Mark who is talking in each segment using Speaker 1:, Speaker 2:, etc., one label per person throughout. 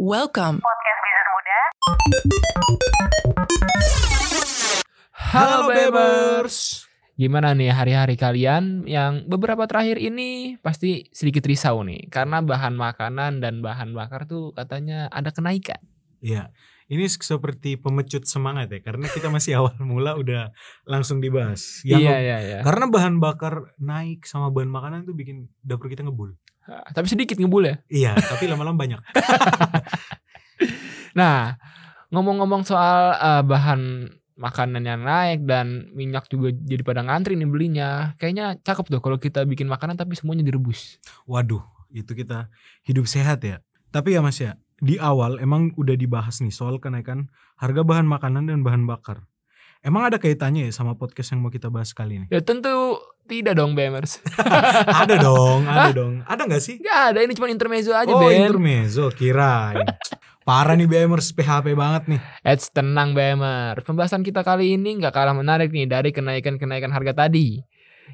Speaker 1: Welcome.
Speaker 2: Podcast Bisnis Muda.
Speaker 3: Halo Bebers.
Speaker 4: Gimana nih hari-hari kalian yang beberapa terakhir ini pasti sedikit risau nih karena bahan makanan dan bahan bakar tuh katanya ada kenaikan.
Speaker 3: Ya, ini seperti pemecut semangat ya karena kita masih awal mula udah langsung dibahas. Yang
Speaker 4: Iya iya iya.
Speaker 3: Karena bahan bakar naik sama bahan makanan tuh bikin dapur kita ngebul.
Speaker 4: Ah, Tapi sedikit ngebul ya.
Speaker 3: Iya, tapi lama-lama banyak.
Speaker 4: Nah, ngomong-ngomong soal eh, bahan makanan yang naik dan minyak juga jadi pada ngantri nih belinya. Kayaknya cakep tuh kalau kita bikin makanan tapi semuanya direbus.
Speaker 3: Waduh, itu kita hidup sehat ya. Tapi ya Mas ya, di awal emang udah dibahas nih soal kenaikan harga bahan makanan dan bahan bakar. Emang ada kaitannya ya sama podcast yang mau kita bahas kali ini?
Speaker 4: Ya tentu tidak dong Bemers.
Speaker 3: ada dong, ada dong. Ada nggak sih?
Speaker 4: Gak ada ini cuma intermezzo aja
Speaker 3: oh,
Speaker 4: Ben.
Speaker 3: intermezzo kirain. Parah nih BMers PHP banget nih.
Speaker 4: Eits tenang Bemer, pembahasan kita kali ini nggak kalah menarik nih dari kenaikan-kenaikan harga tadi.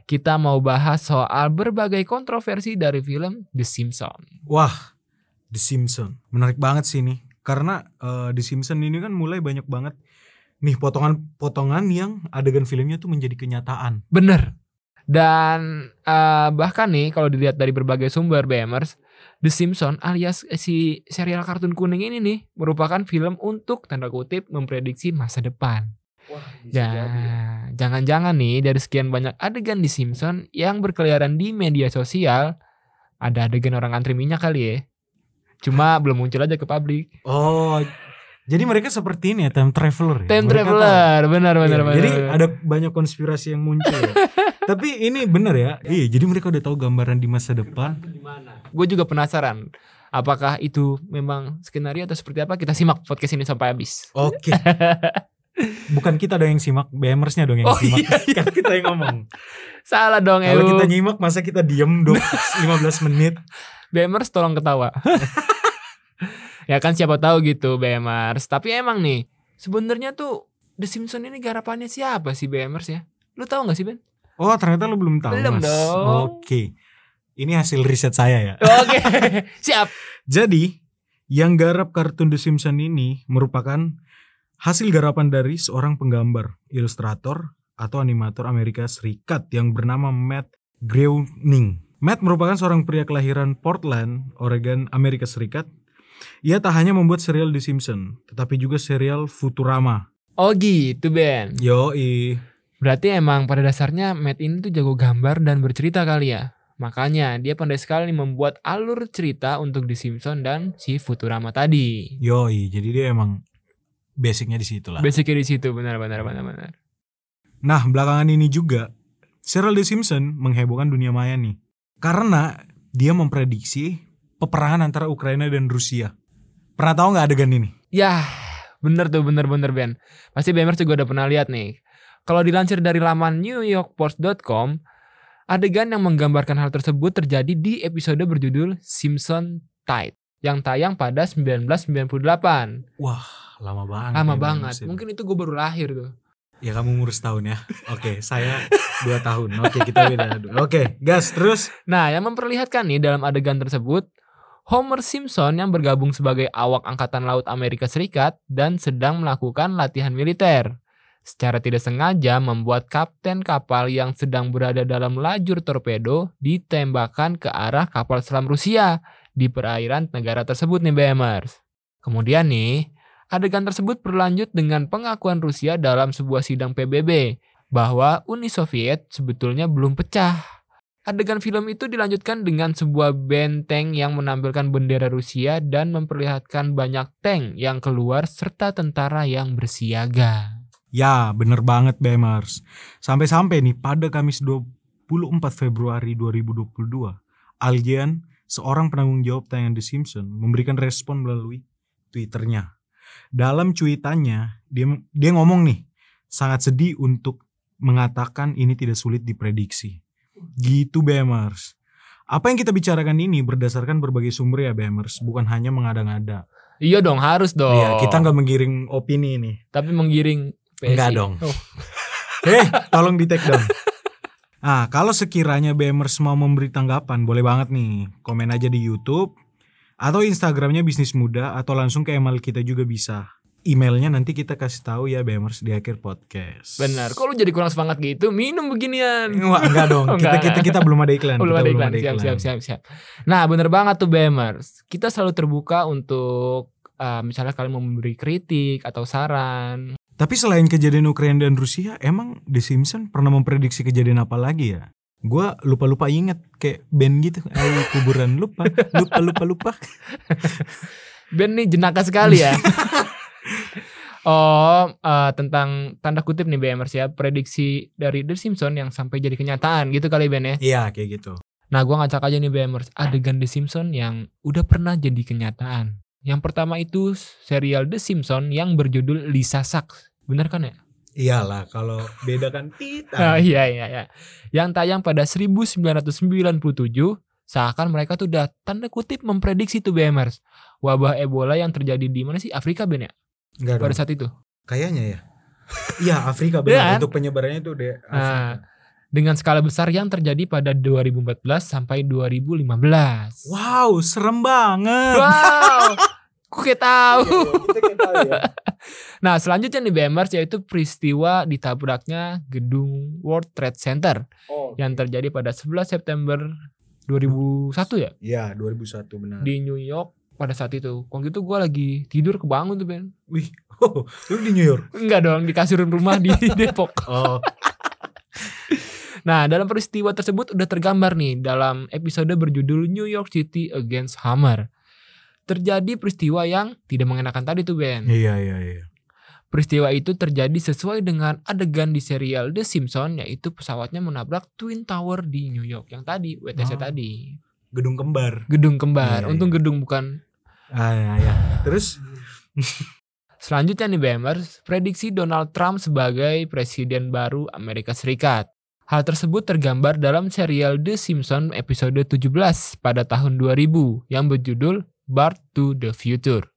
Speaker 4: Kita mau bahas soal berbagai kontroversi dari film The Simpsons.
Speaker 3: Wah, The Simpson. Menarik banget sih ini. Karena eh, The Simpson ini kan mulai banyak banget nih potongan-potongan yang adegan filmnya tuh menjadi kenyataan.
Speaker 4: Bener. Dan eh, bahkan nih kalau dilihat dari berbagai sumber Bemers, The Simpsons alias si serial kartun kuning ini nih merupakan film untuk tanda kutip memprediksi masa depan.
Speaker 3: Wah,
Speaker 4: Ya, jangan-jangan nih dari sekian banyak adegan di Simpson yang berkeliaran di media sosial, ada adegan orang antri minyak kali ya. Cuma belum muncul aja ke publik.
Speaker 3: Oh, jadi mereka seperti ini ya time traveler ya.
Speaker 4: Time
Speaker 3: Mereka
Speaker 4: traveler, benar
Speaker 3: tahu.
Speaker 4: benar
Speaker 3: Iya,
Speaker 4: benar.
Speaker 3: jadi
Speaker 4: benar.
Speaker 3: ada banyak konspirasi yang muncul. ya. Tapi ini bener ya. Iya, jadi mereka udah tahu gambaran di masa depan.
Speaker 4: gue juga penasaran apakah itu memang skenario atau seperti apa? Kita simak podcast ini sampai habis.
Speaker 3: Oke. Bukan kita dong yang simak, BMersnya dong yang
Speaker 4: Oh
Speaker 3: simak.
Speaker 4: iya, iya.
Speaker 3: Kan kita yang ngomong.
Speaker 4: Salah dong
Speaker 3: Kalau
Speaker 4: Ewu.
Speaker 3: kita nyimak masa kita diem dong 15 menit.
Speaker 4: BMers tolong ketawa. ya kan siapa tahu gitu BMers. Tapi emang nih sebenarnya tuh The Simpsons ini garapannya siapa sih BMers ya? Lu tahu nggak sih Ben?
Speaker 3: Oh ternyata lu belum tahu
Speaker 4: Belum
Speaker 3: Mas.
Speaker 4: dong.
Speaker 3: Oke. Ini hasil riset saya ya.
Speaker 4: Oke, siap.
Speaker 3: Jadi yang garap kartun The Simpsons ini merupakan hasil garapan dari seorang penggambar, ilustrator, atau animator Amerika Serikat yang bernama Matt Groening. Matt merupakan seorang pria kelahiran Portland, Oregon, Amerika Serikat. Ia tak hanya membuat serial The Simpsons, tetapi juga serial Futurama.
Speaker 4: Oh gitu Ben.
Speaker 3: Yoi.
Speaker 4: Berarti emang pada dasarnya Matt ini tuh jago gambar dan bercerita kali ya. Makanya dia pandai sekali membuat alur cerita untuk The Simpsons dan si Futurama tadi.
Speaker 3: Yoi, jadi dia emang basicnya di situ lah.
Speaker 4: Basicnya di situ benar-benar benar-benar.
Speaker 3: Nah, belakangan ini juga Serial The Simpsons menghebohkan dunia maya nih. Karena dia memprediksi peperangan antara Ukraina dan Rusia. Pernah tahu nggak adegan ini?
Speaker 4: Yah, bener Ya, tuh bener-bener Ben. Pasti Bemers juga udah pernah lihat nih. Kalau dilansir dari laman newyorkpost.com, adegan yang menggambarkan hal tersebut terjadi di episode berjudul Simpson Tide yang tayang pada 1998.
Speaker 3: Wah, lama banget.
Speaker 4: Lama
Speaker 3: ya,
Speaker 4: banget.
Speaker 3: Bang Sid.
Speaker 4: Mungkin itu gue baru lahir tuh.
Speaker 3: Ya kamu ngurus tahun ya. Oke, saya dua tahun. Oke, kita beda. Oke, gas terus.
Speaker 4: Nah, yang memperlihatkan nih dalam adegan tersebut, Homer Simpson yang bergabung sebagai awak Angkatan Laut Amerika Serikat dan sedang melakukan latihan militer. Secara tidak sengaja membuat kapten kapal yang sedang berada dalam lajur torpedo ditembakkan ke arah kapal selam Rusia di perairan negara tersebut nih BMers. Kemudian nih, adegan tersebut berlanjut dengan pengakuan Rusia dalam sebuah sidang PBB bahwa Uni Soviet sebetulnya belum pecah. Adegan film itu dilanjutkan dengan sebuah benteng yang menampilkan bendera Rusia dan memperlihatkan banyak tank yang keluar serta tentara yang bersiaga.
Speaker 3: Ya, bener banget Bemers. Sampai-sampai nih pada Kamis 24 Februari 2022, Algian, seorang penanggung jawab tayangan The Simpsons, memberikan respon melalui Twitternya. Dalam cuitannya, dia dia ngomong nih, sangat sedih untuk mengatakan ini tidak sulit diprediksi. Gitu Bemers. Apa yang kita bicarakan ini berdasarkan berbagai sumber ya Bemers, bukan hanya mengada-ngada.
Speaker 4: Iya dong, harus dong.
Speaker 3: Ya, kita nggak menggiring opini nih.
Speaker 4: Tapi menggiring PSI.
Speaker 3: Enggak dong.
Speaker 4: Oh,
Speaker 3: Eh, tolong di take down. Ah, kalau sekiranya BMers mau memberi tanggapan, boleh banget nih. Komen aja di YouTube Atau Instagramnya bisnis muda atau langsung ke email kita juga bisa. Emailnya nanti kita kasih tahu ya Bemers di akhir podcast.
Speaker 4: Benar. Kok lu jadi kurang semangat gitu? Minum beginian.
Speaker 3: Wah, enggak dong.
Speaker 4: Enggak,
Speaker 3: kita,
Speaker 4: enggak.
Speaker 3: kita kita belum ada iklan.
Speaker 4: belum
Speaker 3: Kita
Speaker 4: ada iklan. Siap, siap, siap, siap. Nah, bener banget tuh Bemers. Kita selalu terbuka untuk eh, misalnya kalian memberi kritik atau saran.
Speaker 3: Tapi selain kejadian Ukraina dan Rusia, emang The Simpsons pernah memprediksi kejadian apa lagi ya? Gua lupa-lupa inget kayak band gitu, ayo kuburan lupa, lupa lupa lupa.
Speaker 4: Ben nih jenaka sekali ya. oh, eh, tentang tanda kutip nih BMR ya, prediksi dari The Simpsons yang sampai jadi kenyataan gitu kali Ben ya.
Speaker 3: Iya kayak gitu.
Speaker 4: Nah, gua ngacak aja nih BMR adegan The Simpsons yang udah pernah jadi kenyataan. Yang pertama itu serial The Simpsons yang berjudul Lisa Sucks. Bener kan ya?
Speaker 3: Iyalah kalau beda kan
Speaker 4: Ah,
Speaker 3: tita.
Speaker 4: iya iya iya. Yang tayang pada 1997 seakan mereka tuh udah tanda kutip memprediksi tuh BMRs wabah Ebola yang terjadi di mana sih Afrika Ben ya
Speaker 3: Enggak
Speaker 4: pada
Speaker 3: dong.
Speaker 4: saat itu.
Speaker 3: Kayaknya ya. Iya Ah. Afrika
Speaker 4: Iya.
Speaker 3: benar untuk penyebarannya itu deh.
Speaker 4: Nah, dengan skala besar yang terjadi pada 2014 sampai 2015.
Speaker 3: Wow, serem banget.
Speaker 4: Wow. Kok kayak tahu?
Speaker 3: Iya, Kita kayak tahu ya.
Speaker 4: Nah, selanjutnya nih BMRs yaitu peristiwa ditabraknya gedung World Trade Center
Speaker 3: Oh.
Speaker 4: yang terjadi pada 11 September 2001 ya
Speaker 3: Iya, 2001 benar.
Speaker 4: di New York pada saat itu. Waktu itu gue lagi tidur kebangun tuh Ben.
Speaker 3: Wih, oh, lu di New York.
Speaker 4: Enggak dong, di kasur rumah di Depok.
Speaker 3: Oh,
Speaker 4: Nah, dalam peristiwa tersebut udah tergambar nih dalam episode berjudul New York City Against Hammer. Terjadi peristiwa yang tidak mengenakan tadi tuh Ben.
Speaker 3: iya iya iya.
Speaker 4: Peristiwa itu terjadi sesuai dengan adegan di serial The Simpsons yaitu pesawatnya menabrak Twin Tower di New York yang tadi WTC
Speaker 3: Oh.
Speaker 4: tadi.
Speaker 3: Gedung kembar.
Speaker 4: Gedung kembar.
Speaker 3: Iya,
Speaker 4: Untung
Speaker 3: iya.
Speaker 4: gedung bukan.
Speaker 3: Ah, ya, ya. Terus
Speaker 4: Selanjutnya nih BMers, prediksi Donald Trump sebagai presiden baru Amerika Serikat. Hal tersebut tergambar dalam serial The Simpsons episode 17 pada tahun 2000 yang berjudul Bart to the Future.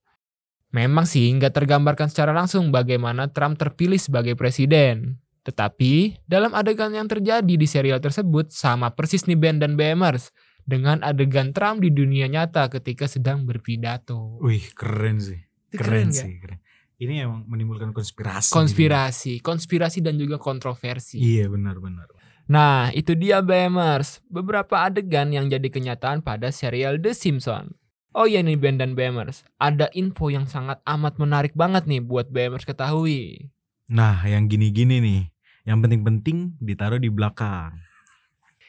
Speaker 4: Memang sih nggak tergambarkan secara langsung bagaimana Trump terpilih sebagai presiden. Tetapi, dalam adegan yang terjadi di serial tersebut sama persis nih Ben dan BMers dengan adegan Trump di dunia nyata ketika sedang berpidato.
Speaker 3: Wih, keren sih.
Speaker 4: Itu
Speaker 3: Keren,
Speaker 4: nggak?
Speaker 3: sih, keren. Ini emang menimbulkan konspirasi.
Speaker 4: konspirasi, konspirasi dan juga
Speaker 3: Jadi.
Speaker 4: kontroversi.
Speaker 3: Iya, benar-benar.
Speaker 4: Nah, itu dia BMers, beberapa adegan yang jadi kenyataan pada serial The Simpsons. Oh iya nih Ben dan BMers, ada info yang sangat amat menarik banget nih buat BMers ketahui.
Speaker 3: Nah, yang gini-gini nih, yang penting-penting ditaruh di belakang.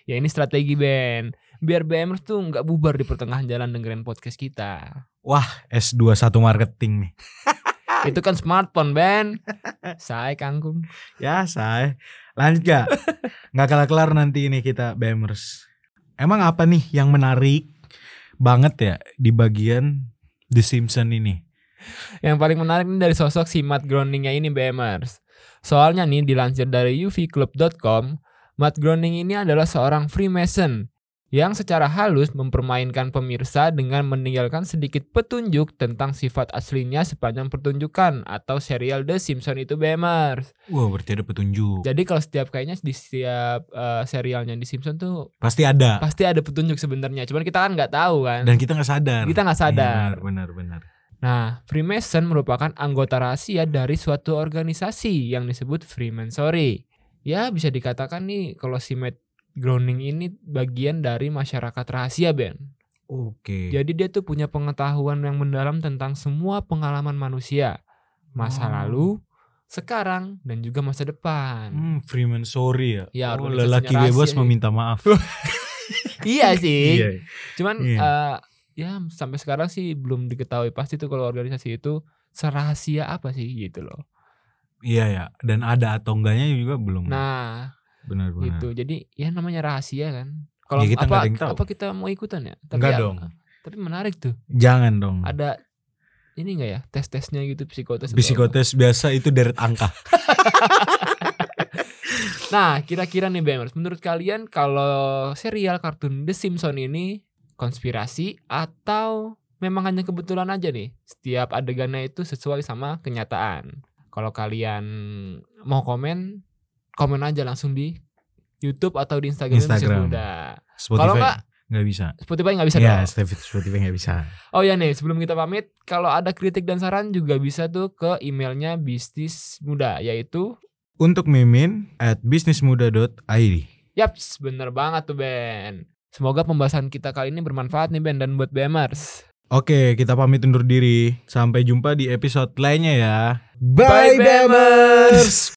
Speaker 4: Ya ini strategi Ben, biar BMers tuh nggak bubar di pertengahan jalan dengerin podcast kita.
Speaker 3: S21 marketing nih.
Speaker 4: Itu kan smartphone Ben. Saya kangkung.
Speaker 3: Ya, say. Lanjut gak? Nggak kelar-kelar nanti ini kita Bemers. Emang apa nih yang menarik banget ya di bagian The Simpsons ini?
Speaker 4: Yang paling menarik nih dari sosok si Matt Groeningnya ini BMers. Soalnya nih dilansir dari uvclub.com, Matt Groening ini adalah seorang Freemason yang secara halus mempermainkan pemirsa dengan meninggalkan sedikit petunjuk tentang sifat aslinya sepanjang pertunjukan atau serial The Simpsons itu BMers.
Speaker 3: Wow, berarti ada petunjuk.
Speaker 4: Jadi kalau setiap kayaknya di setiap eh, serialnya di Simpsons tuh
Speaker 3: Pasti ada.
Speaker 4: pasti ada petunjuk sebenarnya. Cuman kita kan nggak tahu kan.
Speaker 3: Dan kita nggak sadar.
Speaker 4: Kita nggak sadar.
Speaker 3: Benar-benar.
Speaker 4: Nah, Freemason merupakan anggota rahasia dari suatu organisasi yang disebut Freemasonry. Ya, bisa dikatakan nih kalau si Matt Groening ini bagian dari masyarakat rahasia, Ben.
Speaker 3: Oke.
Speaker 4: Jadi dia tuh punya pengetahuan yang mendalam tentang semua pengalaman manusia, masa
Speaker 3: Oh.
Speaker 4: lalu, sekarang, dan juga masa depan.
Speaker 3: Hmm, Freeman sorry ya.
Speaker 4: Ya,
Speaker 3: oh,
Speaker 4: organisasinya
Speaker 3: lelaki
Speaker 4: rahasia
Speaker 3: bebas
Speaker 4: sih.
Speaker 3: meminta maaf.
Speaker 4: iya sih.
Speaker 3: iya.
Speaker 4: Cuman
Speaker 3: Iya.
Speaker 4: eh, ya sampai sekarang sih belum diketahui pasti tuh kalau organisasi itu serahasia apa sih gitu loh.
Speaker 3: Iya ya. Dan ada atau enggaknya juga belum.
Speaker 4: Nah,
Speaker 3: benar-benar.
Speaker 4: gitu jadi ya namanya rahasia kan kalau
Speaker 3: Ya, kita nggak
Speaker 4: apa
Speaker 3: ada yang tahu.
Speaker 4: apa kita mau ikutan ya
Speaker 3: Nggak
Speaker 4: ya-
Speaker 3: dong. Hmm.
Speaker 4: tapi menarik tuh
Speaker 3: Jangan dong.
Speaker 4: ada ini enggak ya tes tesnya gitu psikotes atau apa.
Speaker 3: Psikotes biasa itu deret angka.
Speaker 4: nah kira-kira nih Bemers menurut kalian kalau serial kartun The Simpsons ini konspirasi atau memang hanya kebetulan aja nih setiap adegannya itu sesuai sama kenyataan kalau kalian mau komen komen aja langsung di YouTube atau di Instagram,
Speaker 3: Instagram.
Speaker 4: Udah.
Speaker 3: Spotify.
Speaker 4: Kalau nggak
Speaker 3: nggak bisa.
Speaker 4: Spotify nggak bisa
Speaker 3: Ya,
Speaker 4: dong.
Speaker 3: Spotify Spotify nggak bisa.
Speaker 4: Oh ya nih, sebelum kita pamit, kalau ada kritik dan saran juga bisa tuh ke emailnya bisnis muda yaitu
Speaker 3: Untuk mimin at bisnismuda.id.
Speaker 4: yaps, bener banget tuh Ben. Semoga pembahasan kita kali ini bermanfaat nih Ben dan buat BMers.
Speaker 3: Oke, kita pamit undur diri. Sampai jumpa di episode lainnya ya.
Speaker 4: Bye, Bemers!